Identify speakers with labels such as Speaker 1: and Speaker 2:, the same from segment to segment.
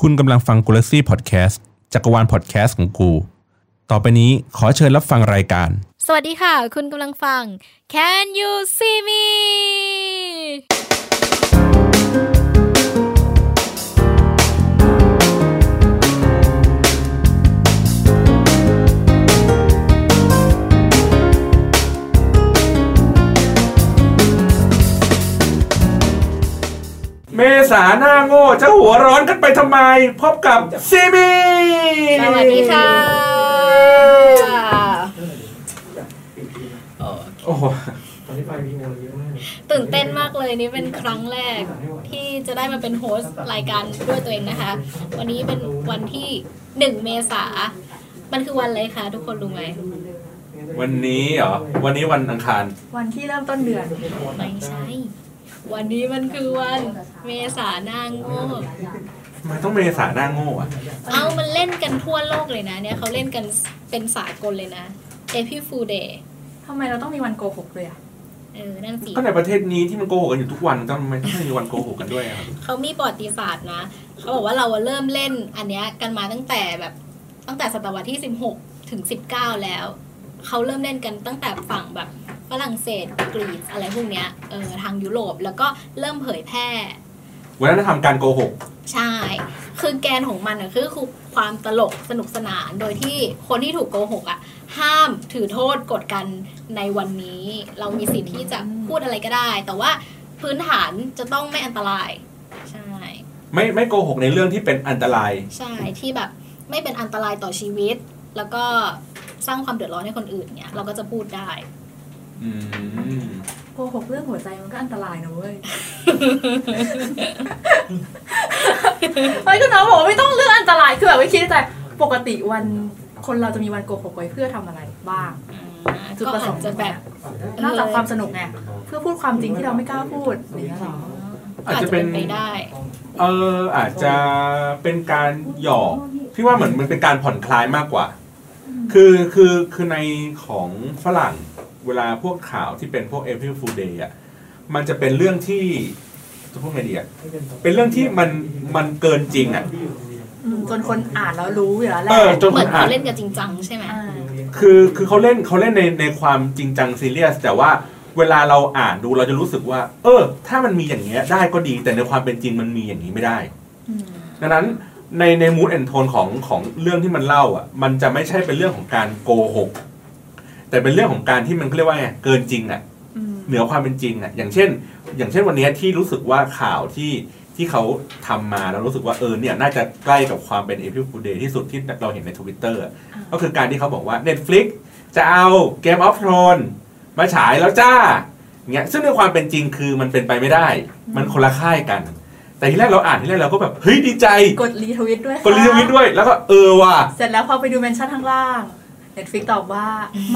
Speaker 1: คุณกำลังฟังกูลซี่พอดแคสต์จักรวาลพอดแคสต์ของกู ต่อไปนี้ขอเชิญรับฟังรายการ
Speaker 2: สวัสดีค่ะ คุณกำลังฟัง Can you see me
Speaker 1: เมษาหน้าโง่จะหัวร้อนกันไปทำไม พบกับซีบี
Speaker 2: สวัสดีค่ะ
Speaker 1: โอ้โห
Speaker 2: ตื่นเต้นมากเลยนี่เป็นครั้งแรกที่จะได้มาเป็นโฮสต์รายการด้วยตัวเองนะคะ วันนี้เป็นวันที่ 1 เมษา มันคือวันอะไรคะทุกคนรู้ไหม
Speaker 1: วันนี้เหรอ วันนี้วันอังคาร
Speaker 3: วันที่เริ่มต้นเดือน
Speaker 2: ไม่ใช่ วันนี้มันคือวันเมษาหนางโง่
Speaker 1: มันต้องเมษาหน้าโง่อะ
Speaker 2: เอามันเล่นกันทั่วโลกเลยนะ เนี่ยเขาเล่นกันเป็นสากลเลยนะ e p i f o o Day
Speaker 3: ทำไมเราต้องมีวันโกหกเลยอ่ะ
Speaker 2: เออนั่นสิ
Speaker 1: ก็ในประเทศนี้ที่มันโกหกกันอยู่ทุกวันต้องไม่ต้องมีวันโกหกกันด้วยอะครับ
Speaker 2: เขามีประวัติศาสตร์นะ เขาบอกว่าเราเริ่มเล่นอันเนี้ยกันมาตั้งแต่แบบตั้งแต่ศตวรรษที่ 16 ถึง 19 แล้ว เขาเริ่มเล่นกันตั้งแต่ฝั่งแบบฝรั่งเศสกรีซอะไรพวกเนี้ยเออทางยุโรปแล้วก็เริ่มเผยแพร่
Speaker 1: วัฒนธรรมการโกหก
Speaker 2: ใช่ คือแกนของมันอะคือคือความตลกสนุกสนาน โดยที่คนที่ถูกโกหกอะห้ามถือโทษกดกันในวันนี้ เรามีสิทธิ์ที่จะพูดอะไรก็ได้ แต่ว่าพื้นฐานจะต้องไม่อันตราย ใช่
Speaker 1: ไม่ไม่โกหกในเรื่องที่เป็นอันตราย
Speaker 2: ใช่ที่แบบไม่เป็นอันตรายต่อชีวิต แล้วก็สร้างความเดือดร้อนให้คนอื่นเนี่ยเราก็จะพูดได้
Speaker 1: อืม
Speaker 3: โกหกเรื่องหัวใจมันก็อันตรายนะเว้ย เฮ้ยก็น้องบอกว่าไม่ต้องเรื่องอันตราย คือแบบไม่คิดในใจปกติวันคนเราจะมีวันโกหกไว้เพื่อทำอะไรบ้าง จุด
Speaker 2: ก็
Speaker 3: ประส
Speaker 2: อาจ
Speaker 3: งค์
Speaker 2: จะแบบ
Speaker 3: นอกจากความสนุกไง เพื่อพูดความจริงที่เราไม่กล้าพูดอย่างเงี้ยเหรอ
Speaker 2: ก็อาจจะเป็นไปได้
Speaker 1: เอออาจจะเป็นการหยอกพี่ว่าเหมือนมันเป็นการผ่อนคลายมากกว่า คือคือคือในของฝรั่งเวลาพวกข่าวที่เป็นพวก April Fool Day อ่ะมันจะเป็นเรื่องที่จะพูดไงดีอะเป็นเรื่องที่มันมันเกินจริงอ่ะ
Speaker 3: อืมจนคนอ่านแล้วรู้อยู่แล้วแห
Speaker 1: เอ
Speaker 3: ละ
Speaker 1: อจนค
Speaker 2: เหมือน
Speaker 1: นอ่า
Speaker 2: เขา
Speaker 1: น
Speaker 2: เล่นกันจริงจังใช่ไหม
Speaker 3: อ่า
Speaker 1: คือคือเขาเล่นเขาเล่นในในความจริงจังซีเรียส แต่ว่าเวลาเราอ่านดูเราจะรู้สึกว่า เออ ถ้ามันมีอย่างเงี้ยได้ก็ดีแต่ในความเป็นจริงมันมีอย่างนี้ไม่ได้
Speaker 3: อืม
Speaker 1: ดังนั้นในในมูดแอนโทนของของเรื่องที่มันเล่าอ่ะ มันจะไม่ใช่เป็นเรื่องของการโกหก แต่เป็นเรื่องของการที่มันเขาเรียกว่าไงเกินจริงอ่ะ
Speaker 3: อืม
Speaker 1: เหนือความเป็นจริงอ่ะ อย่างเช่น อย่างเช่นวันเนี้ยที่รู้สึกว่าข่าวที่ที่เขาทำมาแล้วรู้สึกว่าเออเนี่ยน่าจะใกล้กับความเป็นเอพิฟูเดย์ที่สุดที่เราเห็นในทวิตเตอร์ก็คือการที่เขาบอกว่า Netflix จะเอาเกมออฟทรอนมาฉายแล้วจ้าเงี้ยซึ่งในความเป็นจริงคือมันเป็นไปไม่ได้ มันคนละค่ายกัน แต่ทีแรกเราอ่านทีแรกเราก็แบบเฮ้ยดีใจ
Speaker 3: กดรีทวิตด้วยค่ะ
Speaker 1: กดรีทวิตด้วยแล้วก็เออว่ะ
Speaker 3: เสร็จแล้วพอไปดูเมนชั่นข้างล่าง Netflix ตอบว่า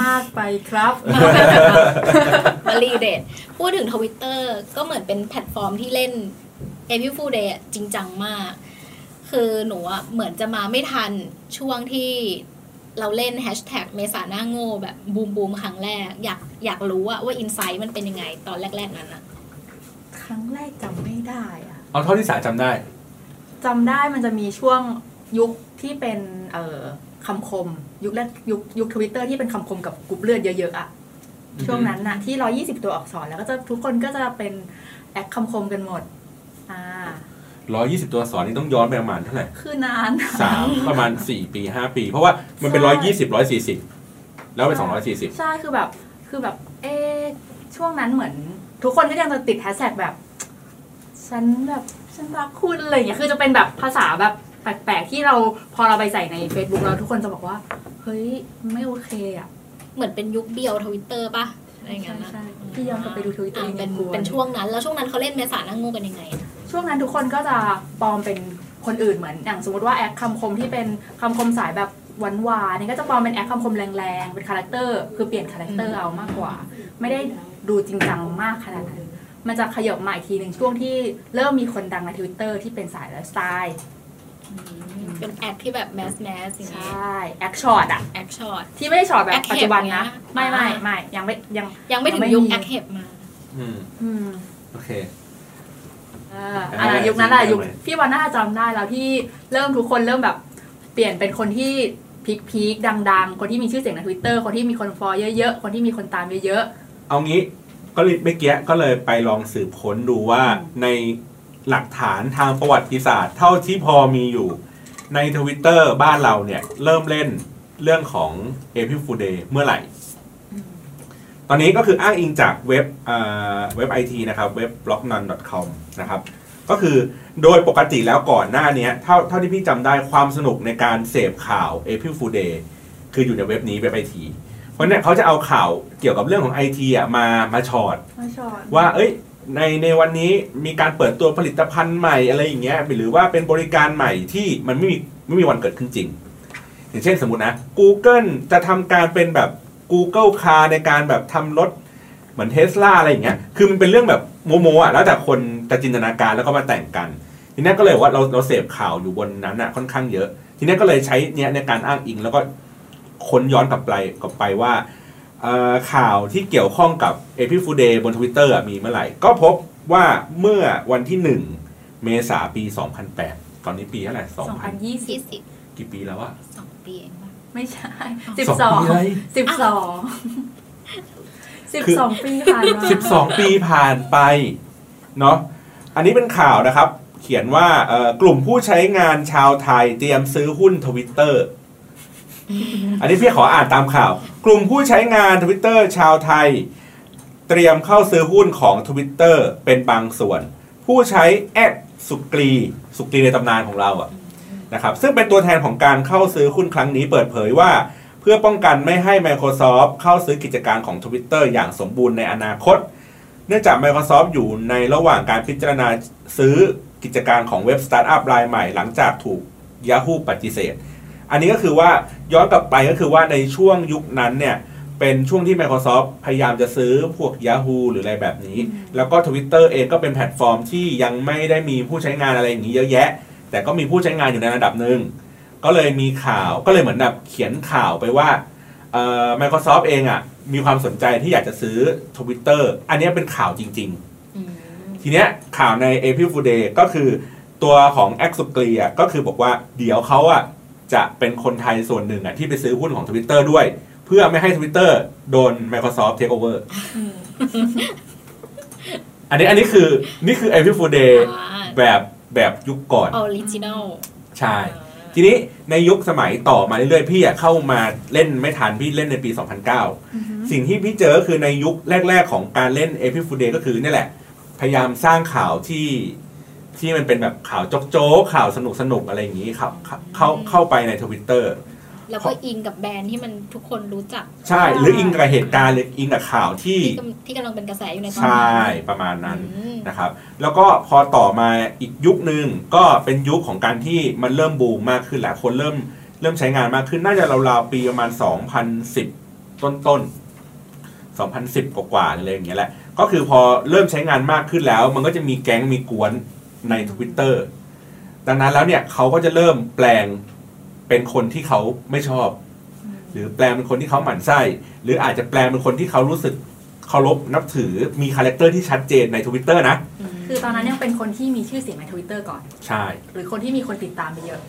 Speaker 3: มากไป ครับ
Speaker 2: วลีเด็ดพูดถึงทวิตเตอร์ก็เหมือนเป็นแพลตฟอร์มที่เล่น e p i f o o Day อะจริงจังมาก คือหนูอะเหมือนจะมาไม่ทันช่วงที่เราเล่นแฮชแท็กเมษาหน้าโง่แบบบูมบูมครั้งแรก อยากอยากรู้อะว่าอินไซต์มันเป็นยังไงตอนแรก ๆ นั้นอะ
Speaker 3: ครั้งแรกจำไม่ได้อะ
Speaker 1: เอาเท่าที่สาจำได้
Speaker 3: จำได้มันจะมีช่วงยุคที่เป็นเอ่อคำคม ยุคแรกยุคยุคทวิตเตอร์ที่เป็นคำคมกับกลุ่มเลือดเยอะๆอะ
Speaker 1: อือฮึ
Speaker 3: ช่วงนั้นน่ะที่ 120 ตัวอักษรแล้วก็จะทุกคนก็จะเป็นแอคคำคมกันหมด อ่า
Speaker 1: ร้อยี่สิบตัวสอนนี่ต้องย้อนไปประมาณเท่าไหร่
Speaker 3: คือนาน
Speaker 1: สาม ประมาณสี่ปีห้าปี เพราะว่ามันเป็นร้อยยี่สิบร้อยสี่สิบแล้วเป็นสองร้อยสี่สิบ
Speaker 3: ใช่คือแบบคือแบบ เอ๊ะช่วงนั้นเหมือน ทุกคนก็ยังจะติดแฮชแท็กแบบ ฉันแบบฉันรักคุณอะไรอย่างเงี้ยคือจะเป็นแบบภาษาแบบแปลกๆที่เราพอเราไปใส่ใน Facebook เราทุกคนจะบอกว่า เฮ้ยไม่โอเคอ่ะ
Speaker 2: เหมือนเป็นยุคเบียวทวิตเตอร์ป่ะอะไรอย่างเงี้ยนะ
Speaker 3: ใช่ใช่พี่ย้อนกลับไปดู Twitter
Speaker 2: อ่าเป็น
Speaker 3: ในครัว
Speaker 2: เป็นช่วงนั้น แล้วช่วงนั้นเขาเล่นเมษาหน้าโงูกันยังไงอะ
Speaker 3: ช่วงนั้นทุกคนก็จะปลอมเป็นคนอื่นเหมือน อย่างสมมติว่าแอคคำคมที่เป็นคำคมสายแบบหวานวานๆเนี่ยก็จะปลอมเป็นแอคคำคมแรงๆ เป็นคาแรคเตอร์ คือเปลี่ยนคาแรคเตอร์เอามากกว่า ไม่ได้ดูจริงจังมากขนาดนั้น มันจะขยบมาอีกทีหนึ่งช่วงที่เริ่มมีคนดังในทวิตเตอร์ที่เป็นสายไลฟ์สไตล์
Speaker 2: เป็นแอคที่แบบแมสแมสอย่าง
Speaker 3: ใช
Speaker 2: เงี้ย่
Speaker 3: แอคช็อตอะ
Speaker 2: แอคช็อต
Speaker 3: ที่ไม่ได้ช็อตแบบ
Speaker 2: Act
Speaker 3: ปัจจุบันนะ
Speaker 2: เห็บนะ
Speaker 3: ไม่ไม่ไม่ยังไม่ยัง
Speaker 2: ยังไม่ถึ
Speaker 3: ยัง งไม่
Speaker 2: ยุค
Speaker 3: มี
Speaker 2: แอคเห็บมา
Speaker 1: อืม
Speaker 3: อืม
Speaker 1: โอเค
Speaker 3: อ่าอ่ายุคนั้นอะ
Speaker 1: จำได้
Speaker 3: ยุค
Speaker 1: เลย
Speaker 3: พี่วาน่าจำได้แล้วที่เริ่มทุกคนเริ่มแบบเปลี่ยนเป็นคนที่พีคพีคๆดังๆ คนที่มีชื่อเสียงในทวิตเตอร์คนที่มีคนฟอลเยอะๆ คนที่มีคนตามเยอะ
Speaker 1: เอางี้ก็เลยไม่เกี้ยก็เลยไปลองสืบค้นดูว่า
Speaker 3: อืม
Speaker 1: ในหลักฐานทางประวัติศาสตร์ เท่าที่พอมีอยู่ ในทวิตเตอร์บ้านเราเนี่ย เริ่มเล่นเรื่องของ a p r i l Fool Day เมื่อไหร่ ตอนนี้ก็คืออ้างอิงจากเว็บเอ่อเว็บไอทีนะครับเว็บ b l o g n o n c o m นะครับก็คือโดยปกติแล้วก่อนหน้าเนี้ยเท่าเท่าที่พี่จำได้ความสนุกในการเสพข่าว a p r i l Fool Day คืออยู่ในเว็บนี้เว็บไอทีเพราะเนี่ยเขาจะเอาข่าวเกี่ยวกับเรื่องของไอทีอ่ะมามาชอด
Speaker 3: ๆมาชอน
Speaker 1: ว่าเอ้ยในในวันนี้มีการเปิดตัวผลิตภัณฑ์ใหม่อะไรอย่างเงี้ยหรือว่าเป็นบริการใหม่ที่มันไม่มีไม่มีวันเกิดขึ้นจริง อย่างเช่นสมมตินะ Google จะทำการเป็นแบบ Google Car ในการแบบทำรถเหมือนเทสลาอะไรอย่างเงี้ยคือมันเป็นเรื่องแบบโมโมอ่ะแล้วแต่คนจะจินตนาการแล้วก็มาแต่งกัน ทีเนี้ยก็เลยว่าเราเราเสพข่าวอยู่บนนั้นอ่ะค่อนข้างเยอะ ทีเนี้ยก็เลยใช้เนี้ยในการอ้างอิงแล้วก็ค้นย้อนกลับไปกลับไปว่า เอ่อข่าวที่เกี่ยวข้องกับเอพิฟูเดย์บนทวิตเตอร์มีเมื่อไหร่ ก็พบว่าเมื่อวันที่ 1 เมษาปี 2008 ตอนนี้ปีเท่าไหร่
Speaker 2: ยี่
Speaker 3: 2020
Speaker 2: สิบ
Speaker 1: 2000 กี่ปีแล้ววะ
Speaker 2: สองปีเองป่ะ
Speaker 3: ไม่ใช่
Speaker 2: สิ
Speaker 3: สิ
Speaker 2: บ
Speaker 3: บ
Speaker 1: ส
Speaker 3: ส
Speaker 1: อ
Speaker 3: อง ง
Speaker 1: ปีเลย
Speaker 3: สิบสองสิบสองปีผ่านมา
Speaker 1: 12 ปีผ่านไปเนาะอันนี้เป็นข่าวนะครับ เขียนว่าเอ่อกลุ่มผู้ใช้งานชาวไทยเตรียมซื้อหุ้นทวิตเตอร์อันนี้พี่ขออ่านตามข่าว กลุ่มผู้ใช้งานทวิตเตอร์ชาวไทย เตรียมเข้าซื้อหุ้นของทวิตเตอร์เป็นบางส่วน ผู้ใช้แอดสุกรีสุกรีในตำนานของเราอะนะครับซึ่งเป็นตัวแทนของการเข้าซื้อหุ้นครั้งนี้เปิดเผยว่า เพื่อป้องกันไม่ให้ Microsoft เข้าซื้อกิจการของ Twitter อย่างสมบูรณ์ในอนาคต เนื่องจาก Microsoft อยู่ในระหว่างการพิจารณาซื้อกิจการของเว็บสตาร์ทอัพรายใหม่หลังจากถูก Yahoo ปฏิเสธ อันนี้ก็คือว่าย้อนกลับไปก็คือว่าในช่วงยุคนั้นเนี่ย เป็นช่วงที่ Microsoft พยายามจะซื้อพวก Yahoo หรืออะไรแบบนี้ แล้วก็ Twitter เองก็เป็นแพลตฟอร์มที่ยังไม่ได้มีผู้ใช้งานอะไรอย่างนี้เยอะแยะ แต่ก็มีผู้ใช้งานอยู่ในระดับหนึ่ง ก็เลยมีข่าวก็เลยเหมือนแบบเขียนข่าวไปว่าเอ่อ Microsoft เองอะ่ะมีความสนใจที่อยากจะซื้อ Twitter อันเนี้ยเป็นข่าวจริง
Speaker 2: อืม
Speaker 1: ๆ ทีเนี้ยข่าวใน April Fool Day ก็คือตัวของแอ s u กรีอ่ะก็คือบอกว่าเดี๋ยวเขาอ่ะจะเป็นคนไทยส่วนหนึ่งอ่ะที่ไปซื้อหุ้นของ Twitter ด้วย เพื่อไม่ให้ Twitter โดน Microsoft Take Over
Speaker 3: อืม
Speaker 1: อันนี้อันนี้คือนี่คือ April Fool Day
Speaker 2: อ่า
Speaker 1: แบบแบบยุคก่อน
Speaker 2: ออริจินอล
Speaker 1: ใช่ ทีนี้ในยุคสมัยต่อมาเรื่อยๆ พี่อะเข้ามาเล่นไม่ทันพี่เล่นในปี 2009
Speaker 3: อือหือ
Speaker 1: สิ่งที่พี่เจอก็คือในยุคแรก ๆ ของการเล่น a p i f o o d Day ก็คือเนี่ยแหละ พยายามสร้างข่าวที่ที่มันเป็นแบบข่าวโจ๊กๆข่าวสนุกๆ อะไรอย่างนี้ครับเข้าเข้าเข้าไปในทวิตเตอร์
Speaker 2: แล้วก็อิงกับแบรนด์ที่มันทุกคนรู้จัก
Speaker 1: ใช่ หรืออิงกับเหตุการณ์หรืออิงกับข่าวที่
Speaker 2: ที่กำที่กำลังเป็นกระแสอยู่ในตอน
Speaker 1: ใช่
Speaker 2: นั้น
Speaker 1: ประมาณนั้น
Speaker 2: อืม
Speaker 1: นะครับแล้วก็พอต่อมาอีกยุคหนึ่งก็เป็นยุคของการที่มันเริ่มบูมมากขึ้นแหละคนเริ่มเริ่มใช้งานมากขึ้นน่าจะราวๆปีประมาณ 2010 ต้นต้นๆ2010 กว่าๆอะไรอย่างเงี้ยแหละ ก็คือพอเริ่มใช้งานมากขึ้นแล้ว มันก็จะมีแก๊งมีกวนใน Twitter ดังนั้นแล้วเนี่ยเขาก็จะเริ่มแปลงเป็นคนที่เขาไม่ชอบ หรือแปลงเป็นคนที่เขาหมั่นไส้ หรืออาจจะแปลงเป็นคนที่เขารู้สึกเคารพนับถือมีคาแรคเตอร์ที่ชัดเจนในทวิตเตอร์นะ
Speaker 3: คือตอนนั้นยังเป็นคนที่มีชื่อเสียงในทวิตเตอร์ก่อน
Speaker 1: ใช่
Speaker 3: หรือคนที่มีคนติดตามไปเยอะ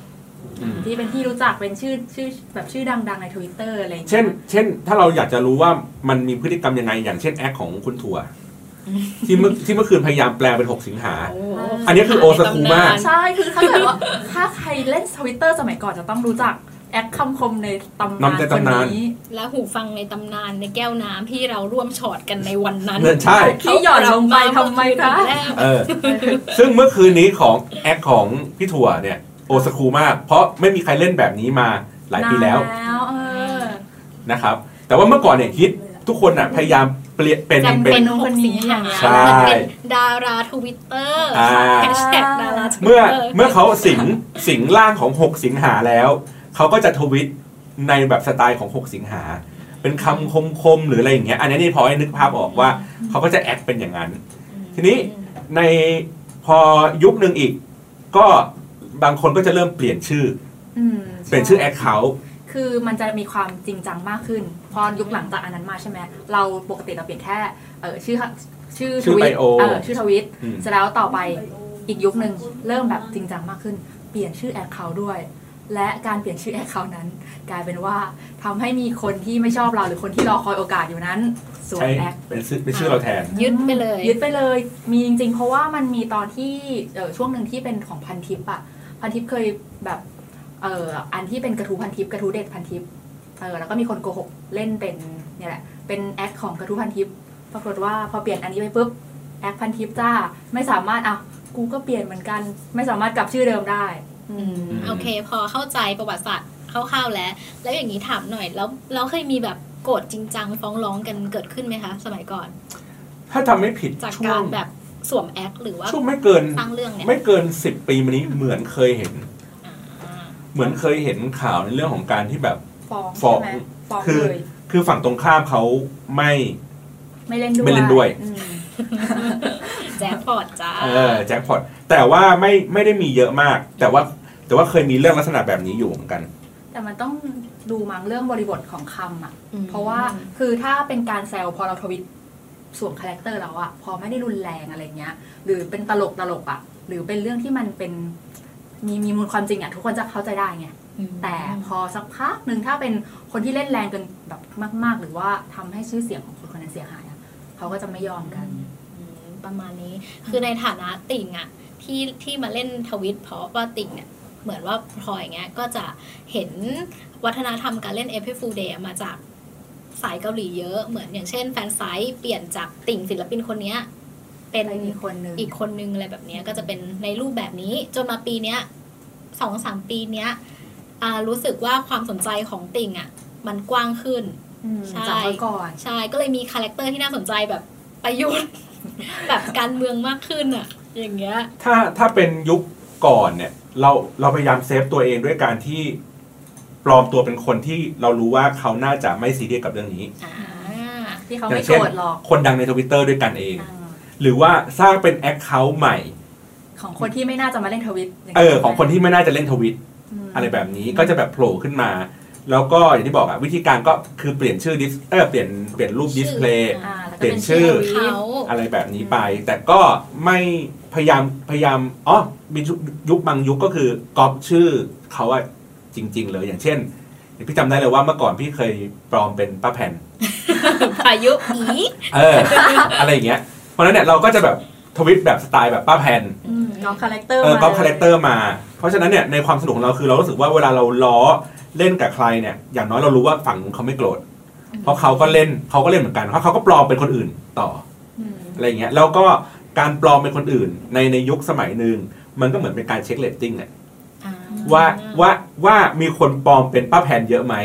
Speaker 2: อืม
Speaker 3: ที่เป็นที่รู้จักเป็นชื่อชื่อแบบชื่อดังๆในทวิตเตอร์อะไรอย่างงี้ย
Speaker 1: เช่น เช่น ถ้าเราอยากจะรู้ว่ามันมีพฤติกรรมยังไง อย่างเช่นแอคของคุณ ถั่วที่เมื่อที่เมื่อคืนพยายามแปลเป็นหกสิงหา
Speaker 2: โอ้
Speaker 1: อันนี้คือโอสคูมาก
Speaker 3: ใช่คือถ้าเกิดว่า ถ้าใครเล่นทวิตเตอร์สมัยก่อนจะต้องรู้จักแอคคำคมในตำนาน
Speaker 1: ำใน
Speaker 3: คน
Speaker 1: ตำนาน
Speaker 3: นี้
Speaker 2: และหูฟังในตำนานในแก้วน้ำที่เราร่วมช็อตกันในวันนั้น
Speaker 1: เนี่ยใช่
Speaker 3: ที่หย่อนลงไปทำไมคะ
Speaker 1: เออ ซึ่งเมื่อคืนนี้ของแอคของพี่ถั่วเนี่ยโอสคูมาก เพราะไม่มีใครเล่นแบบนี้มาหลายปีแล้ว
Speaker 3: นานแล้วเออ
Speaker 1: นะครับ แต่ว่าเมื่อก่อนเนี่ยฮิตทุกคนอ่ะพยายามเปลี่ยนเป็น
Speaker 2: จำ
Speaker 1: เป็
Speaker 2: เป็น
Speaker 1: น
Speaker 2: หกสิงหา
Speaker 1: ใช่
Speaker 2: มันเป็นดาราทวิตเตอร์
Speaker 1: อ่า
Speaker 2: แฮชแท็กดาราทวิตเตอร์
Speaker 1: เมื่อเมื่อเขาสิงสิงร่างของ 6 สิงหาแล้ว เขาก็จะทวิตในแบบสไตล์ของ 6 สิงหา เป็นคำคมคมๆหรืออะไรอย่างเงี้ยอันนี้นี่พอให้นึกภาพออกว่า เขาก็จะแอคเป็นอย่างนั้น ทีนี้ ในพอยุคหนึ่งอีก ก็บางคนก็จะเริ่มเปลี่ยนชื่อ
Speaker 3: อืม
Speaker 1: เปลี่ยนชื่อแอคเคาท์
Speaker 3: คือมันจะมีความจริงจังมากขึ้น พอยุคหลังจากอันนั้นมาใช่ไหม เราปกติเราเปลี่ยนแค่ เออชื่อ ชื่อ
Speaker 1: ชื่อไบ
Speaker 3: วิต
Speaker 1: โอ
Speaker 3: เออชื่อทวิต เสร็จแล้วต่อไป อีกยุคหนึ่งเริ่มแบบจริงจังมากขึ้น เปลี่ยนชื่อแอคเคาด้วย และการเปลี่ยนชื่อแอคเคานั้น กลายเป็นว่าทำให้มีคนที่ไม่ชอบเราหรือคนที่รอคอยโอกาสอยู่นั้นสวน
Speaker 1: ใช้
Speaker 3: แอค
Speaker 1: เป็นชื่อเป็นชื่อเราแทน
Speaker 2: ยึดไปเลย
Speaker 3: ยึดไปเลยมีจริงๆ เพราะว่ามันมีตอนที่เออช่วงหนึ่งที่เป็นของพันทิปอะพันทิปเคยแบบเอออันที่เป็นกระทู้พันทิปกระทู้เด็ดพันทิปเออแล้วก็มีคนโกหกเล่นเป็นเนี่ยแหละเป็นแอคของกระทู้พันทิปปรากฏว่าพอเปลี่ยนอันนี้ไปปุ๊บแอคพันทิปจ้าไม่สามารถอ่ะกูก็เปลี่ยนเหมือนกัน ไม่สามารถกลับชื่อเดิมได้ อืม
Speaker 1: ม
Speaker 2: โอเค พอเข้าใจประวัติศาสตร์คร่าวๆแล้ว แล้วอย่างนี้ถามหน่อย แล้วเราเคยมีแบบโกรธจริงจังฟ้องร้องกันเกิดขึ้นไหมคะ สมัยก่อน
Speaker 1: ถ้าทำไม่ผิด
Speaker 2: จาก
Speaker 1: ช่ว
Speaker 2: กาง รแบบสวมแอคหรือว่า
Speaker 1: ช่วงไม่เกิน
Speaker 2: สร้างเรื่องเนี่ย
Speaker 1: ไม่เกินสิบปีมานี้เหมือนเคยเห็น
Speaker 2: อ่า
Speaker 1: เหมือนเคยเห็นข่าวในเรื่องของการที่แบบ
Speaker 3: ฟ้อง
Speaker 1: ฟ้อง
Speaker 3: ใช่ไหมฟ้อง
Speaker 1: คือ
Speaker 3: เลย
Speaker 1: คือฝั่งตรงข้ามเขาไม่
Speaker 3: ไม่เล่นด้วย
Speaker 1: ไม่เล่นด้วย
Speaker 3: อืม
Speaker 2: แจ็คพอตจ้า
Speaker 1: เออแจ็คพอตแต่ว่าไม่ไม่ได้มีเยอะมาก แต่ว่าแต่ว่าเคยมีเรื่องลักษณะแบบนี้อยู่เหมือนกัน
Speaker 3: แต่มันต้องดูมั้งเรื่องบริบทของคำอ่ะ เพราะว่าคือถ้าเป็นการแซวพอเราทวิตสวมคาแรคเตอร์แล้วอะพอไม่ได้รุนแรงอะไรเงี้ย หรือเป็นตลกตลกอะหรือเป็นเรื่องที่มันเป็นมีมีมูลความจริงอะทุกคนจะเข้าใจได้ไงแต่พอสักพักหนึ่งถ้าเป็นคนที่เล่นแรงเกินแบบมาก ๆ หรือว่าทำให้ชื่อเสียงของคนคนนั้นเสียหายอะเขาก็จะไม่ยอมกัน
Speaker 2: อืมประมาณนี้ คือในฐานะติ่งอะที่ที่มาเล่นทวิตเพราะว่าติ่งเนี่ย เหมือนว่าพลอยอย่างเงี้ยก็จะเห็นวัฒนธรรมการเล่นเอพิฟูเดย์มาจากสายเกาหลีเยอะ เหมือนอย่างเช่นแฟนไซต์เปลี่ยนจากติ่งศิลปินคนเนี้ยเป็น
Speaker 3: เป็นอีกคนนึง
Speaker 2: อีกคนนึงอะไรแบบเนี้ยก็จะเป็นในรูปแบบนี้ จนมาปีเนี้ยสองสามปีเนี้ยอ่ารู้สึกว่าความสนใจของติ่งอะมันกว้างขึ้น
Speaker 3: อืม
Speaker 2: ใช่
Speaker 3: จากเมื่อก่อน
Speaker 2: ใช่ ก็เลยมีคาแรคเตอร์ที่น่าสนใจแบบประยุทธ์ แบบการเมืองมากขึ้นอ่ะ อย่างเงี้ย
Speaker 1: ถ้าถ้าเป็นยุคก่อนเนี่ย เราเราพยายามเซฟตัวเองด้วยการที่ปลอมตัวเป็นคนที่เรารู้ว่าเขาน่าจะไม่ซีเรียสกับเรื่องนี้
Speaker 2: อ่า
Speaker 3: ที่เขา
Speaker 1: อย่า
Speaker 3: ไม่
Speaker 1: ง
Speaker 3: โก
Speaker 1: เช่น
Speaker 3: รธหรอก
Speaker 1: คนดังในทวิตเตอร์ด้วยกันเอง
Speaker 3: อ่า
Speaker 1: หรือว่าสร้างเป็นแอคเคาท์ใหม่
Speaker 3: ของคนที่ไม่น่าจะมาเล่นทวิตย่า
Speaker 1: เออ
Speaker 3: ใช่ไหม
Speaker 1: ของคนที่ไม่น่าจะเล่นทวิต
Speaker 3: ม
Speaker 1: อะไรแบบนี้ก็จะแบบโผล่ขึ้นมา แล้วก็อย่างที่บอกอะวิธีการก็คือเปลี่ยนชื่อดิสเออเปลี่ยนเปลี่ยนรูปดิสเพลย์
Speaker 2: ชื่
Speaker 3: อ่าแล้วก็
Speaker 1: เปลี่ยนชื่อ
Speaker 3: เป็นชื่อ
Speaker 2: เขา
Speaker 1: อะไรแบบนี้ไป แต่ก็ไม่พยายามพยายามอ๋อมียุคยุคบางยุคก็คือก๊อปชื่อเขาอะจริง ๆ เลยอย่างเช่นพี่จำได้เลยว่าเมื่อก่อนพี่เคยปลอมเป็นป้าแผ่น
Speaker 2: พายุอี
Speaker 1: เออ อะไรอย่างเงี้ยเพราะฉะนั้นเนี่ยเราก็จะแบบทวิตแบบสไตล์แบบป้าแผ่น
Speaker 3: อืมน้องคาแรคเตอร์
Speaker 1: เออ
Speaker 3: ม
Speaker 1: ก๊อปคาแรคเตอร์มา เพราะฉะนั้นเนี่ยในความสนุกของเราคือเรารู้สึกว่าเวลาเราล้อเล่นกับใครเนี่ย อย่างน้อยเรารู้ว่าฝั่งนู้นเขาไม่โกรธ เพราะเขาก็เล่นเขาก็เล่นเหมือนกันเพราะเขาก็ปลอมเป็นคนอื่นต่อ
Speaker 3: อืม
Speaker 1: อะไรอย่างเงี้ยแล้วก็การปลอมเป็นคนอื่นในในยุคสมัยหนึ่งมันก็เหมือนเป็นการเช็คเลตติ้งแหละ
Speaker 2: อ่
Speaker 1: ว่าว่าว่ามีคนปลอมเป็นป้าแพนเยอะไหม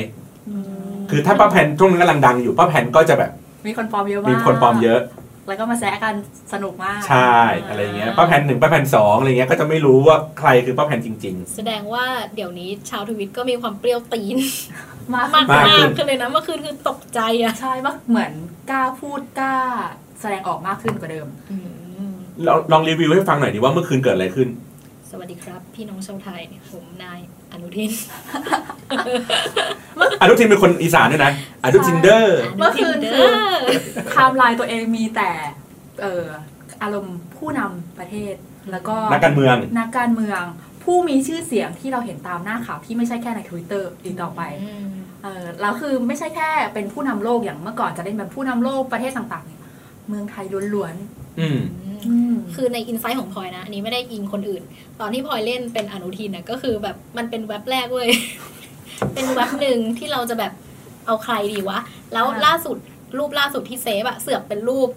Speaker 3: อืม
Speaker 1: คือถ้าป้าแพนช่วงนั้นกำลังดังอยู่ป้าแพนก็จะแบบ
Speaker 3: มีคนปลอมเยอะมาก
Speaker 1: มีคนปลอมเยอะ
Speaker 3: แล้วก็มาแซะกันสนุกมาก
Speaker 1: ใช่อะไรอย่างเงี้ยป้าแพนหนึ่งป้าแพนสองอะไรเงี้ยก็จะไม่รู้ว่าใครคือป้าแพนจริง
Speaker 2: แสดงว่าเดี๋ยวนี้ชาวทวิตก็มีความเปรี้ยวตีน
Speaker 3: มาก
Speaker 2: มาก
Speaker 1: มาก
Speaker 2: มา
Speaker 1: ขึ้
Speaker 2: ก
Speaker 1: น
Speaker 2: ขึ้นเลยนะเมื่อคืนคือตกใจอ่ะ
Speaker 3: ใช่ว่าเหมือนกล้าพูดกล้า แสดงออกมากขึ้นกว่าเดิม
Speaker 2: อืม
Speaker 1: ๆลองลองรีวิวให้ฟังหน่อยดีว่าเมื่อคืนเกิดอะไรขึ้น
Speaker 2: สวัสดีครับ พี่น้องชาวไทยผมนายอนุทิน
Speaker 1: อนุทินเป็นคนอีสานด้วยนะอนุทินเดอร์
Speaker 3: เมื่อคืนคือ ไทม์ไลน์ตัวเองมีแต่เอออารมณ์ผู้นำประเทศ แล้วก็
Speaker 1: นักการเมือง
Speaker 3: นักการเมือง ผู้มีชื่อเสียงที่เราเห็นตามหน้าข่าวที่ไม่ใช่แค่ในทวิตเตอร์อีกต่อไป
Speaker 2: อืม
Speaker 3: เออเราคือไม่ใช่แค่เป็นผู้นำโลกอย่างเมื่อก่อนจะเล่นแบบผู้นำโลกประเทศต่างๆเนี่ยเมืองไทยล้วน
Speaker 1: อืม
Speaker 2: อืม
Speaker 3: ๆอืม
Speaker 2: คือในอินไซต์ของพลอยนะ อันนี้ไม่ได้อิงคนอื่น ตอนที่พลอยเล่นเป็นอนุทินนะก็คือแบบมันเป็นเว็บแรกเว้ย เป็นเว็บหนึ่งที่เราจะแบบเอาใครดีวะ แล้วล่าสุดรูปล่าสุดที่เซฟอะเสือกเป็นรูป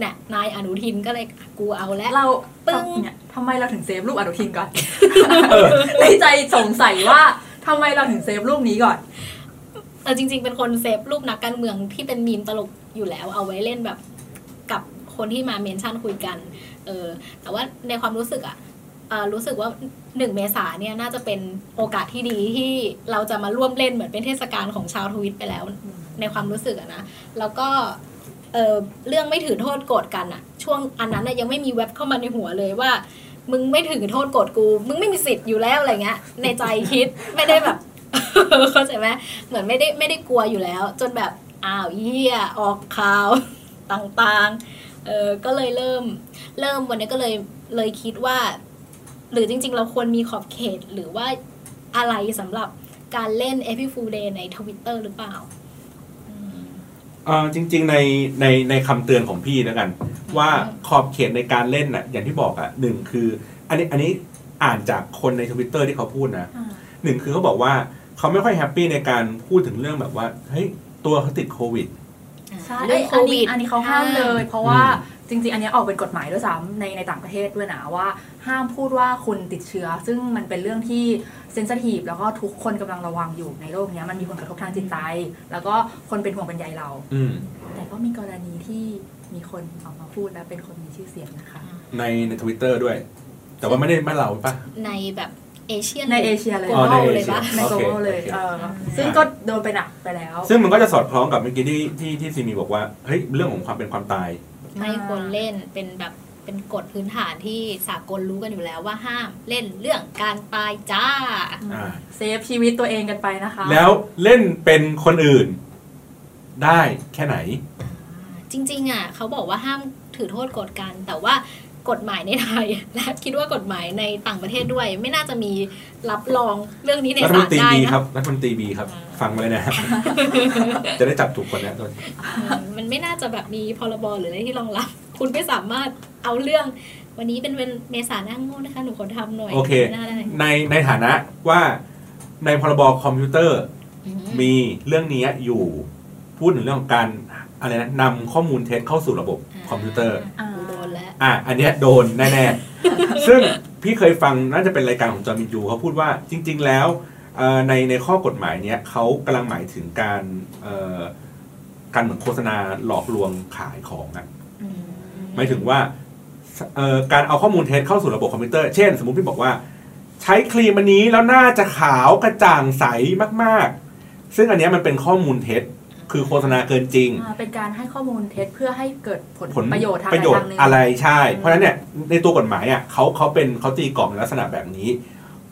Speaker 2: เนี่ยนายอนุทินก็เลยกูเอาแล้ว
Speaker 3: เรา
Speaker 2: ปึ้ง
Speaker 3: เนี่ยทำไมเราถึงเซฟรูปอนุทินก่อน ในใจสงสัยว่าทำไมเราถึงเซฟรูปนี้ก่อน
Speaker 2: แต่จริง ๆ เป็นคนเซฟรูปนักการเมืองที่เป็นมีมตลกอยู่แล้ว เอาไว้เล่นแบบกับคนที่มาเมนชั่นคุยกัน เออ แต่ว่าในความรู้สึกอะเอ่อรู้สึกว่าหนึ่งเมษาเนี่ยน่าจะเป็นโอกาสที่ดีที่เราจะมาร่วมเล่นเหมือนเป็นเทศกาลของชาวทวิตไปแล้ว ในความรู้สึกอะนะ แล้วก็เอ่อเรื่องไม่ถือโทษโกรธกันอะช่วงอันนั้นน่ะยังไม่มีเว็บเข้ามาในหัวเลยว่า มึงไม่ถือโทษโกรธกู มึงไม่มีสิทธิ์อยู่แล้วอะไรเงี้ย ในใจคิดไม่ได้แบบ เข้าใจไหมเหมือนไม่ได้ ไม่ได้กลัวอยู่แล้ว จนแบบอ้าวเหี้ยออกข่าว ต่างๆ เ เออก็เลยเริ่ม เริ่มวันนี้ก็เลยเลยคิดว่า หรือจริง ๆ เราควรมีขอบเขตหรือว่าอะไรสำหรับการเล่น Every Full Day ใน Twitter หรือเปล่าอืม
Speaker 1: เอ่อจริง ๆ ในในในคำเตือนของพี่แล้วกัน ว่าขอบเขตในการเล่นน่ะอย่างที่บอกอ่ะหนึ่งคือ อันนี้อันนี้อ่านจากคนในทวิตเตอร์ที่เขาพูดนะ
Speaker 3: อ่า
Speaker 1: หนึ่งคือเขาบอกว่าเขาไม่ค่อยแฮปปี้ในการพูดถึงเรื่องแบบว่าเฮ้ยตัวเขาติดโควิด
Speaker 3: ใช่
Speaker 2: เรื่อง
Speaker 3: เย
Speaker 2: โค
Speaker 3: อัน
Speaker 2: วิ
Speaker 3: นี้
Speaker 2: ด
Speaker 3: อันนี้เขาห้ามเลย เพราะ
Speaker 1: อืม
Speaker 3: ว่าจริง ๆ อันนี้ออกเป็นกฎหมายด้วยซ้ำในในต่างประเทศด้วยนะว่า ห้ามพูดว่าคุณติดเชื้อ ซึ่งมันเป็นเรื่องที่เซน i ทีฟแล้วก็ทุกคนกำลังระวังอยู่ในโลกเนี้ยมันมีผลกระทบทางจิตใจ แล้วก็คนเป็นห่วงเป็นใยเรา
Speaker 1: อืม
Speaker 3: แต่ก็มีกรณีที่มีคนออกมาพูดและเป็นคนมีชื่อเสียงนะคะ
Speaker 1: ในในทวิตเตอร์ด้วย แต่ว่าไม่ได้บ้านเราปะ
Speaker 2: ในแบบเอเชีย
Speaker 3: ในเอเชียเลย
Speaker 1: อ๋อในเอ
Speaker 2: เลย
Speaker 1: เชีย
Speaker 2: ปะ
Speaker 3: ในโซโลเลย
Speaker 1: โอเค
Speaker 3: เออ
Speaker 2: โอเค
Speaker 3: ซึ่งก็โดนไปหนักไปแล้ว
Speaker 1: ซึ่งมันก็จะสอดคล้องกับเมื่อกี้ที่ที่ที่ซีมีบอกว่าเฮ้ยเรื่องของความเป็นความตาย
Speaker 2: ไม่ควรเล่นเป็นแบบเป็นกฎพื้นฐานที่สากลรู้กันอยู่แล้วว่าห้ามเล่นเรื่องการตายจ้า
Speaker 1: อ่า
Speaker 3: เซฟชีวิตตัวเองกันไปนะคะ
Speaker 1: แล้วเล่นเป็นคนอื่น ได้แค่ไหน
Speaker 2: จริงๆอ่ะเขาบอกว่าห้ามถือโทษกฎกัน แต่ว่ากฎหมายในไทย และคิดว่ากฎหมายในต่างประเทศด้วย ไม่น่าจะมีรับรองเรื่องนี้ใน
Speaker 1: รัฐม
Speaker 2: ศาน ล
Speaker 1: ตรี
Speaker 2: ได้
Speaker 1: บี
Speaker 2: นะครับ
Speaker 1: รัฐมนตรีบีครับ ฟังไว้ นะครับ จะได้จับถูกคนนะตอน
Speaker 2: อืมมันไม่น่าจะแบบมีพรบหรืออะไรที่รองรับ คุณไม่สามารถเอาเรื่อง วันนี้เป็นวันเมษาหน้าโง่นะคะหนูขอทำหน่อย
Speaker 1: โอเค
Speaker 2: หน้าได้
Speaker 1: ในในฐานะว่าในพรบคอมพิวเตอร์
Speaker 2: อืม
Speaker 1: มีเรื่องนี้อยู่พูดถึงเรื่องของการอะไรนะนำข้อมูลเท็จเข้าสู่ระบบคอมพิวเตอร์
Speaker 3: อ่า
Speaker 2: โดนแล้ว
Speaker 1: อ่ะ อันเนี้ยโดนแน่ ๆ ซึ่งพี่เคยฟังน่าจะเป็นรายการของจอมินยูเขาพูดว่าจริง ๆ แล้วเอ่อในในข้อกฎหมายเนี้ยเขากำลังหมายถึงการเอ่อการเหมือนโฆษณาหลอกลวงขายของอะ หมายถึงว่าเอ่อการเอาข้อมูลเท็จเข้าสู่ระบบคอมพิวเตอร์ เช่น สมมุติพี่บอกว่า ใช้ครีมอันนี้แล้วหน้าจะขาวกระจ่างใสมากๆ ซึ่งอันเนี้ยมันเป็นข้อมูลเท็จ คือโฆษณาเกินจริง
Speaker 3: อ่าเป็นการให้ข้อมูลเท็จเพื่อให้เกิดผล
Speaker 1: ผล
Speaker 3: ประโยชน์ทาง
Speaker 1: ป
Speaker 3: ใด
Speaker 1: ระโยช
Speaker 3: ทา
Speaker 1: น์
Speaker 3: งหนึ่ง
Speaker 1: อะไรใช่
Speaker 3: อืม
Speaker 1: เพราะฉะนั้นเนี่ยในตัวกฎหมายอ่ะเขาเขาเป็นเขาตีกรอบในลักษณะแบบนี้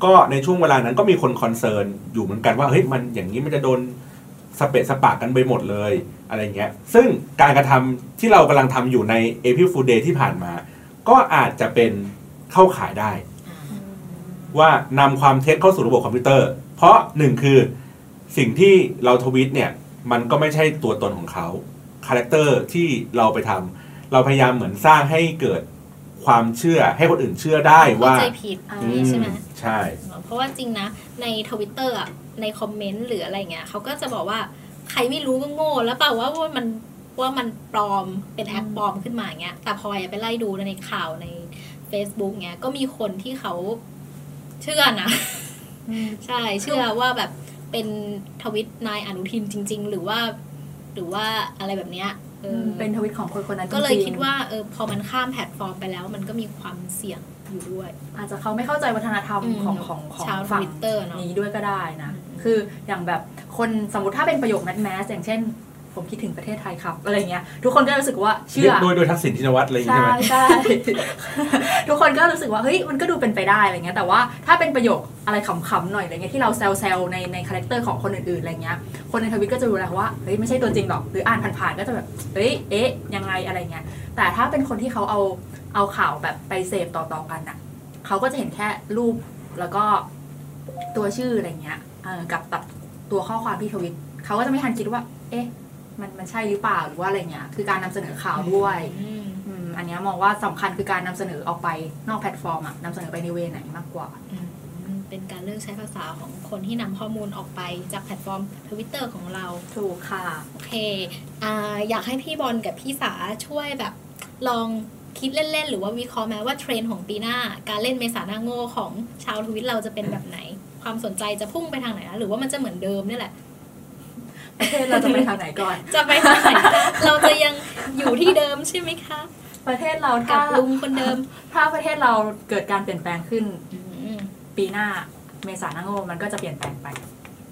Speaker 1: ก็ในช่วงเวลานั้นก็มีคนคอนเซิร์นอยู่เหมือนกันว่าเฮ้ยมันอย่างนี้มันจะโดนสเปะสปะกันไปหมดเลยอะไรเงี้ย ซึ่งการกระทำที่เรากำลังทำอยู่ใน a p r i l Fool Day ที่ผ่านมา ก็อาจจะเป็นเข้าขายได้ ว่านำความเท็จเข้าสู่ระบบคอมพิวเตอร์ เพราะหนึ่งคือสิ่งที่เราทวิตเนี่ย มันก็ไม่ใช่ตัวตนของเขาคาแรคเตอร์ที่เราไปทำเราพยายามเหมือนสร้างให้เกิดความเชื่อให้คนอื่นเชื่อได้ว่า
Speaker 2: เข้ใจผิด
Speaker 1: อื
Speaker 2: ใช่ไหม
Speaker 1: ใช่
Speaker 2: เพราะว่าจริงนะ ในทวิตเตอร์ในคอมเมนต์หรืออะไรเงี้ยเขาก็จะบอกว่าใครไม่รู้ก็โง่ แล้วเปล่าว่าว่ามันว่ามันปลอมเป็นแอปปลอมขึ้นมาเงี้ย แต่พลอยอะไปไล่ดูในข่าวใน Facebook เงี้ยก็มีคนที่เขาเชื่อนะ
Speaker 3: อืม
Speaker 2: ใช่เชื่อว่าแบบเป็นทวิตนายอนุทินจริง ๆ หรือว่า หรือว่าอะไรแบบเนี้ยเออ
Speaker 3: เป็นทวิตของคนคนนั้น
Speaker 2: ก็เลย
Speaker 3: จริงๆ
Speaker 2: คิดว่าเออพอมันข้ามแพลตฟอร์มไปแล้ว มันก็มีความเสี่ยงอยู่ด้วย
Speaker 3: อาจจะเขาไม่เข้าใจวัฒนธรรม
Speaker 2: อืม
Speaker 3: ของของของ
Speaker 2: ชาว
Speaker 3: ฝั่ง
Speaker 2: Twitter เนอะ
Speaker 3: นี้ด้วยก็ได้นะ
Speaker 2: อืม
Speaker 3: คืออย่างแบบคนสมมติถ้าเป็นประโยคนัดแมสอย่างเช่น ผมคิดถึงประเทศไทยครับอะไรเงี้ยทุกคนก็รู้สึกว่าเชื่อ
Speaker 1: โดยโดยทักษิณชินวัตรอะไรอย่าง
Speaker 3: ใช่
Speaker 1: เงี้ยใช่ไหม
Speaker 3: ใช่ทุกคนก็รู้สึกว่าเฮ้ ยมันก็ดูเป็นไปได้อะไรเงี้ยแต่ว่าถ้าเป็นประโยคอะไรขำๆหน่อยอะไรเงี้ยที่เราแซวๆในในคาแรคเตอร์ของคนอื่นๆอะไรเงี้ยคนในทวิตก็จะรู้แล้วว่าเฮ้ยไม่ใช่ตัวจริงหรอกหรืออ่านผ่านๆก็จะแบบเฮ้ยเอ๊ะยังไงอะไรเงี้ยแต่ถ้าเป็นคนที่เขาเอาเอาข่าวแบบไปเสพต่อๆกันอ่ะเขาก็จะเห็นแค่รูปแล้วก็ตัวชื่ออะไรเงี้ยเออกับตับตัวข้อความที่ทวิตเขาก็จะไม่ทันคิดว่า เอ๊ะมันมันใช่หรือเปล่าหรือว่าอะไรเงี้ยคือการนำเสนอข่าวด้วย
Speaker 2: อืม
Speaker 3: อืมอันเนี้ยมองว่าสำคัญคือการนำเสนอออกไปนอกแพลตฟอร์มอะนำเสนอไปในเวไหนมากกว่า
Speaker 2: อืมเป็นการเลือกใช้ภาษาของคนที่นำข้อมูลออกไปจากแพลตฟอร์มทวิตเตอร์ของเรา
Speaker 3: ถูกค่ะ
Speaker 2: โอเคอ่าอยากให้พี่บอลกับพี่สาช่วยแบบลองคิดเล่น ๆ หรือว่าวิเคราะห์แม้ว่าเทรนด์ของปีหน้า การเล่นเมษาหน้าโง่ของชาวทวิตเราจะเป็นแบบไหน ความสนใจจะพุ่งไปทางไหนนะหรือว่ามันจะเหมือนเดิมเนี่ยแหละ
Speaker 3: ประเทศเราจะไปทางไหนก่อน
Speaker 2: จะไปทางไหนคะเราจะยังอยู่ที่เดิมใช่ไหมคะ
Speaker 3: ประเทศเรา
Speaker 2: กั
Speaker 3: ถ้า
Speaker 2: บลุงคนเดิม
Speaker 3: ถ้าประเทศเราเกิดการเปลี่ยนแปลงขึ้น
Speaker 2: อืม
Speaker 3: ปีหน้าเมษาหน้าโง่มันก็จะเปลี่ยนแปลงไป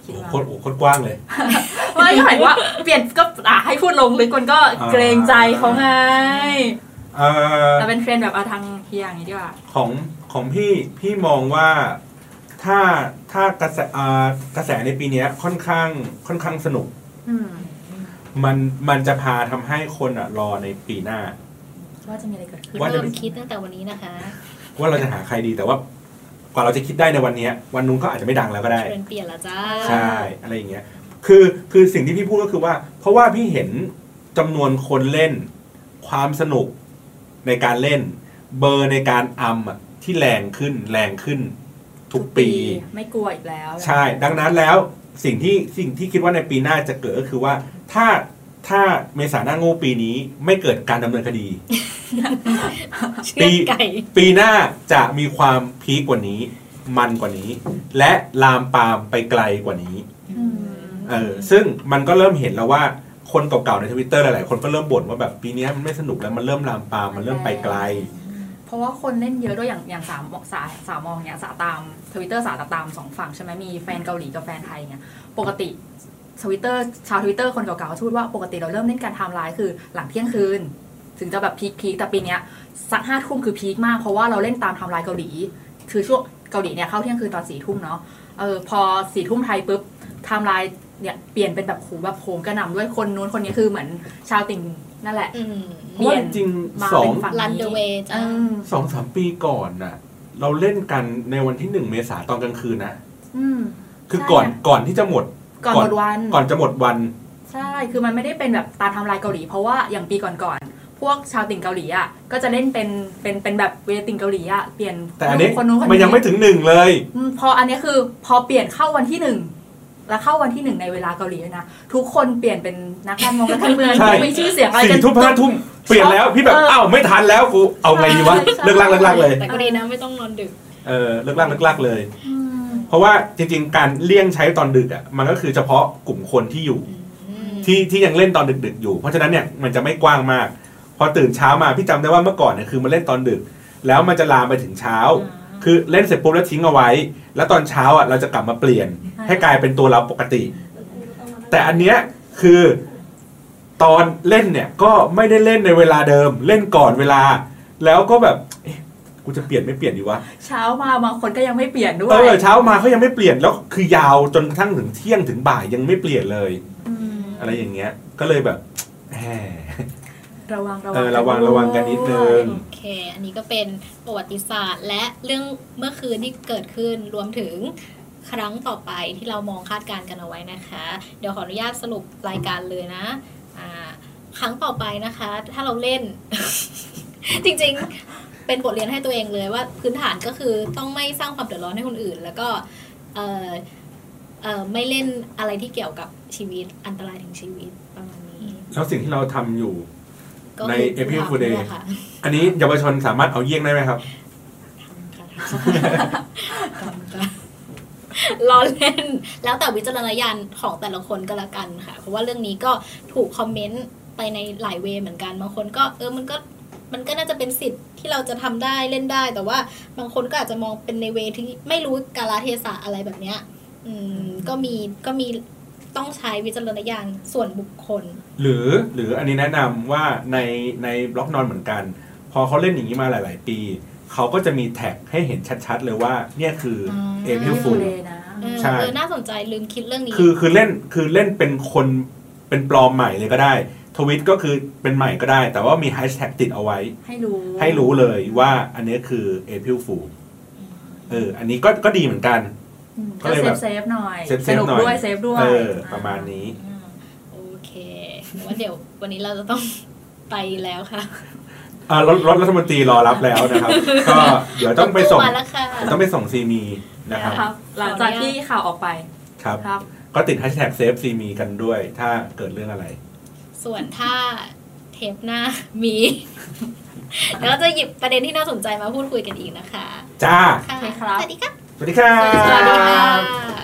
Speaker 3: คิดว่า
Speaker 1: โคตรโอ้โคตรกว้างเลย
Speaker 3: ไม่หมายว่าเปลี่ยนก็อ่ะให้พูดลงลึกมันก็เกรงใจเขาไง
Speaker 1: เอ่อ
Speaker 3: แต่เป็นเทรนด์แบบเอาทางเฮียอย่างนี้ดีกว่า
Speaker 1: ของของพี่พี่มองว่าถ้าถ้ากระแสอ่ากระแสในปีเนี้ยค่อนข้างค่อนข้างสนุก
Speaker 3: อืม
Speaker 1: มันมันจะพาทำให้คนอ่ะรอในปีหน้า
Speaker 3: ว่าจะมีอะไรเกิดขึ้น
Speaker 1: ว่าจะ
Speaker 2: เริ่
Speaker 1: เป็
Speaker 2: ม
Speaker 1: น
Speaker 2: คิดตั้งแต่วันนี้นะคะ
Speaker 1: ว่าเราจะหาใครดีแต่ว่ากว่าเราจะคิดได้ในวันเนี้ยวันนู้นก็อาจจะไม่ดังแล้วก็ได้
Speaker 2: เทรนด์เปลี่ยนละจ้า
Speaker 1: ใช่อะไรอย่างเงี้ยคือคือสิ่งที่พี่พูดก็คือว่า เพราะว่าพี่เห็นจำนวนคนเล่น ความสนุกในการเล่น เบอร์ในการอัมอะที่แรงขึ้นแรงขึ้น ทุกปี
Speaker 3: ไม่กลัวอีกแล้ว
Speaker 1: ใช่ ดังนั้นแล้วสิ่งที่สิ่งที่คิดว่าในปีหน้าจะเกิดก็คือว่า ถ้าถ้าเมษาหน้าโง่ปีนี้ไม่เกิดการดำเนินคดี
Speaker 2: เชื่อดไก่
Speaker 1: ปีหน้าจะมีความพีคกว่านี้ มันกว่านี้ และลามปามไปไกลกว่านี้
Speaker 3: อืม
Speaker 1: เออซึ่งมันก็เริ่มเห็นแล้วว่าคนเก่าๆในทวิตเตอร์หลายๆ คนก็เริ่มบ่นว่าแบบปีเนี้ยมันไม่สนุกแล้วมันเริ่มลามปามมันเริ่มไปไกล
Speaker 3: เพราะว่าคนเล่นเยอะด้วยอย่างอย่างสามสายสาวมองเนี่ยสาวตามทวิตเตอร์สาวตามสองฝั่งใช่ไหมมีแฟนเกาหลีกับแฟนไทยเนี่ยปกติทวิตเตอร์ชาวทวิตเตอร์คนเก่าๆเขาพูดว่าปกติเราเริ่มเล่นการไทม์ไลน์คือหลังเที่ยงคืน ถึงจะแบบพีคพีคแต่ปีเนี้ยสักห้าทุ่มคือพีคมากเพราะว่าเราเล่นตามไทม์ไลน์เกาหลี คือช่วงเกาหลีเนี่ยเข้าเที่ยงคืนตอนสี่ทุ่มเนาะเออพอสี่ทุ่มไทยปุ๊บไทม์ไลน์เนี่ยเปลี่ยนเป็นแบบโหแบบโหมกระหน่ำด้วยคนนู้นคนนี้คือเหมือนชาวติ่งนั่นแหละ
Speaker 2: อืม
Speaker 1: เพราะว่าจริง
Speaker 3: มา
Speaker 1: ๆสอ
Speaker 3: เป็
Speaker 1: ง
Speaker 3: นฝั่ง
Speaker 2: รันเด
Speaker 3: นี้
Speaker 2: เวย์
Speaker 3: เอ
Speaker 2: จ้า
Speaker 3: อ
Speaker 1: สองสามปีก่อนน่ะ เราเล่นกันในวันที่หนึ่งเมษาตอนกลางคืนนะ
Speaker 3: อืม
Speaker 1: คือ
Speaker 3: ใช่
Speaker 1: ก่อนก่อนที่จะหมด
Speaker 3: ก่อน
Speaker 1: ก่
Speaker 3: ห
Speaker 1: อน
Speaker 3: มดวัน
Speaker 1: ก่อนจะหมดวัน
Speaker 3: ใช่ คือมันไม่ได้เป็นแบบตามไทำลายเกาหลี เพราะว่าอย่างปีก่อนๆ พวกชาวติ่งเกาหลีอ่ะ ก็จะเล่นเป็น เป็น เป็นแบบเวติ่งเกาหลีอ่ะ เปลี่ยน
Speaker 1: แต่อันนี้
Speaker 3: คนนู้นคน
Speaker 1: มันยังไม่
Speaker 3: นี้
Speaker 1: ถึงหนึ่งเลย
Speaker 3: อืมพออันนี้คือพอเปลี่ยนเข้าวันที่หนึ่ง แล้วเข้าวันที่หนึ่งในเวลาเกาหลีด้วยนะ ทุกคนเปลี่ยนเป็นนักการเมืองนักการเมือง
Speaker 1: ใช่
Speaker 3: มีชื่อเสียงอะไร
Speaker 1: สี่
Speaker 3: กัน
Speaker 1: ทุ่มห้าทุ่มเปลี่ยนแล้วพี่แบบ
Speaker 3: เออ
Speaker 1: อ้าวไม่ทันแล้วกูเอาไงดีวะ
Speaker 3: ใช่ใช่
Speaker 1: เลิกลากเลิกลากเลย
Speaker 2: แต่ก็ดีนะไม่ต้องนอนดึก
Speaker 1: เออเลิกลากเลิกลากเลย
Speaker 3: อืม
Speaker 1: เพราะว่าจริง ๆ การเลี่ยงใช้ตอนดึกอ่ะมันก็คือเฉพาะกลุ่มคนที่อยู่ ที่ที่ยังเล่นตอนดึก ๆ อยู่ เพราะฉะนั้นเนี่ยมันจะไม่กว้างมาก พอตื่นเช้ามาพี่จำได้ว่าเมื่อก่อนเนี่ยคือมันเล่นตอนดึก แล้วมันจะลามไปถึงเช้า คือเล่นเสร็จปุ๊บแล้วทิ้งเอาไว้ แล้วตอนเช้าอ่ะเราจะกลับมาเปลี่ยน ให้กลายเป็นตัวเราปกติ แต่อันเนี้ยคือตอนเล่นเนี่ยก็ไม่ได้เล่นในเวลาเดิม เล่นก่อนเวลา แล้วก็แบบเอ๊ะกูจะเปลี่ยนไม่เปลี่ยนดีวะ
Speaker 3: เช้ามาบางคนก็ยังไม่เปลี่ยนด้ว
Speaker 1: เอย อเช้ามาเขายังไม่เปลี่ยนแล้วคือยาวจนกระทั่งถึงเที่ยงถึงบ่ายยังไม่เปลี่ยนเลย
Speaker 3: ม
Speaker 1: อะไรอย่างเงี้ยก็เลยแบบแหม
Speaker 3: ระวังระวั
Speaker 1: เออระวังระวังกันนิดนึง
Speaker 2: โอเค อันนี้ก็เป็นประวัติศาสตร์ และเรื่องเมื่อคืนที่เกิดขึ้นรวมถึงครั้งต่อไปที่เรามองคาดการณ์กันเอาไว้นะคะ เดี๋ยวขออนุญาตสรุปรายการเลยนะอ่าครั้งต่อไปนะคะ ถ้าเราเล่น จริงๆ เป็นบทเรียนให้ตัวเองเลยว่าพื้นฐานก็คือต้องไม่สร้างความเดือดร้อนให้คนอื่น แล้วก็เออเออไม่เล่นอะไรที่เกี่ยวกับชีวิตอันตรายถึงชีวิตประมาณนี้
Speaker 1: แล้วสิ่งที่เราทำอยู่
Speaker 2: ก็
Speaker 1: ใน
Speaker 2: คือ
Speaker 1: April
Speaker 2: ทำ
Speaker 1: Fool Day
Speaker 2: นี่ยค่ะ
Speaker 1: อันนี้เยาวชนสามารถเอาเยี่ยงได้ไหมครับ
Speaker 2: ทำค่ะ ทำ ทำค่ะ ล้อเล่น แล้วแต่วิจารณญาณของแต่ละคนก็แล้วกันค่ะ เพราะว่าเรื่องนี้ก็ถูกคอมเมนต์ไปในหลายเวย์เหมือนกัน บางคนก็เออ มันก็ มันก็น่าจะเป็นสิทธิ์ที่เราจะทำได้เล่นได้ แต่ว่าบางคนก็อาจจะมองเป็นในเวย์ที่ไม่รู้กาลเทศะอะไรแบบเนี้ย อืม ก็มี ก็มี ต้องใช้วิจารณญาณส่วนบุคคล
Speaker 1: หรือหรืออันนี้แนะนำว่าในในบล็อกนอนเหมือนกัน พอเขาเล่นอย่างนี้มาหลาย ๆ ปี เขาก็จะมีแท็กให้เห็นชัด ๆ เลยว่าเนี่ยคือ
Speaker 2: อ
Speaker 1: เอพิลฟูล
Speaker 3: เลยนะ
Speaker 2: เออ
Speaker 1: ใช่
Speaker 2: เออ น่าสนใจลืมคิดเรื่องนี้
Speaker 1: คือคือเล่นคือเล่นเป็นคนเป็นปลอมใหม่เลยก็ได้ ทวิตก็คือเป็นใหม่ก็ได้ แต่ว่ามีแฮชแท็กติดเอาไว้
Speaker 3: ให้รู้
Speaker 1: ให้รู้เลยว่าอันนี้คือเอพิลฟูลเอออันนี้ก็ก็ดีเหมือนกัน
Speaker 3: อืม
Speaker 1: ก็
Speaker 3: ก็
Speaker 1: เลย
Speaker 3: เซ
Speaker 1: แบ
Speaker 3: ฟ
Speaker 1: บ
Speaker 3: เซฟหน่อย
Speaker 1: เซฟเซ
Speaker 3: ส
Speaker 1: ฟ
Speaker 3: นุก
Speaker 1: หน่อย
Speaker 3: ด้วยเซฟด้วย
Speaker 1: เออประมาณนี้
Speaker 2: อ่าโอเคแต่ว่าเดี๋ยววันนี้เราจะต้องไปแล้วค่ะ
Speaker 1: อ่ารถรถรัฐมนตรีรอรับแล้วนะครับ ก็เดี๋ยวต้องไปส่ง
Speaker 2: มาแล้วค่ะ
Speaker 1: เดี๋ยวต้องไปส่งซีมีนะครับ
Speaker 3: นะครับหลังจากที่ข่าวออกไป
Speaker 1: ครับ
Speaker 3: ครับ
Speaker 1: ก็ติดแฮชแท็กเซฟซีมีกันด้วย ถ้าเกิดเรื่องอะไร
Speaker 2: ส่วนถ้าเทปหน้ามี เดี๋ยวเราจะหยิบประเด็นที่น่าสนใจมาพูดคุยกันอีกนะคะ
Speaker 1: จ้า
Speaker 2: ค่ะ
Speaker 3: โอเคครับ
Speaker 2: สวัสดีค่ะ
Speaker 1: สวัสดีครั
Speaker 3: สวัส
Speaker 1: บ
Speaker 3: ดีค่ะ
Speaker 2: ค่ะ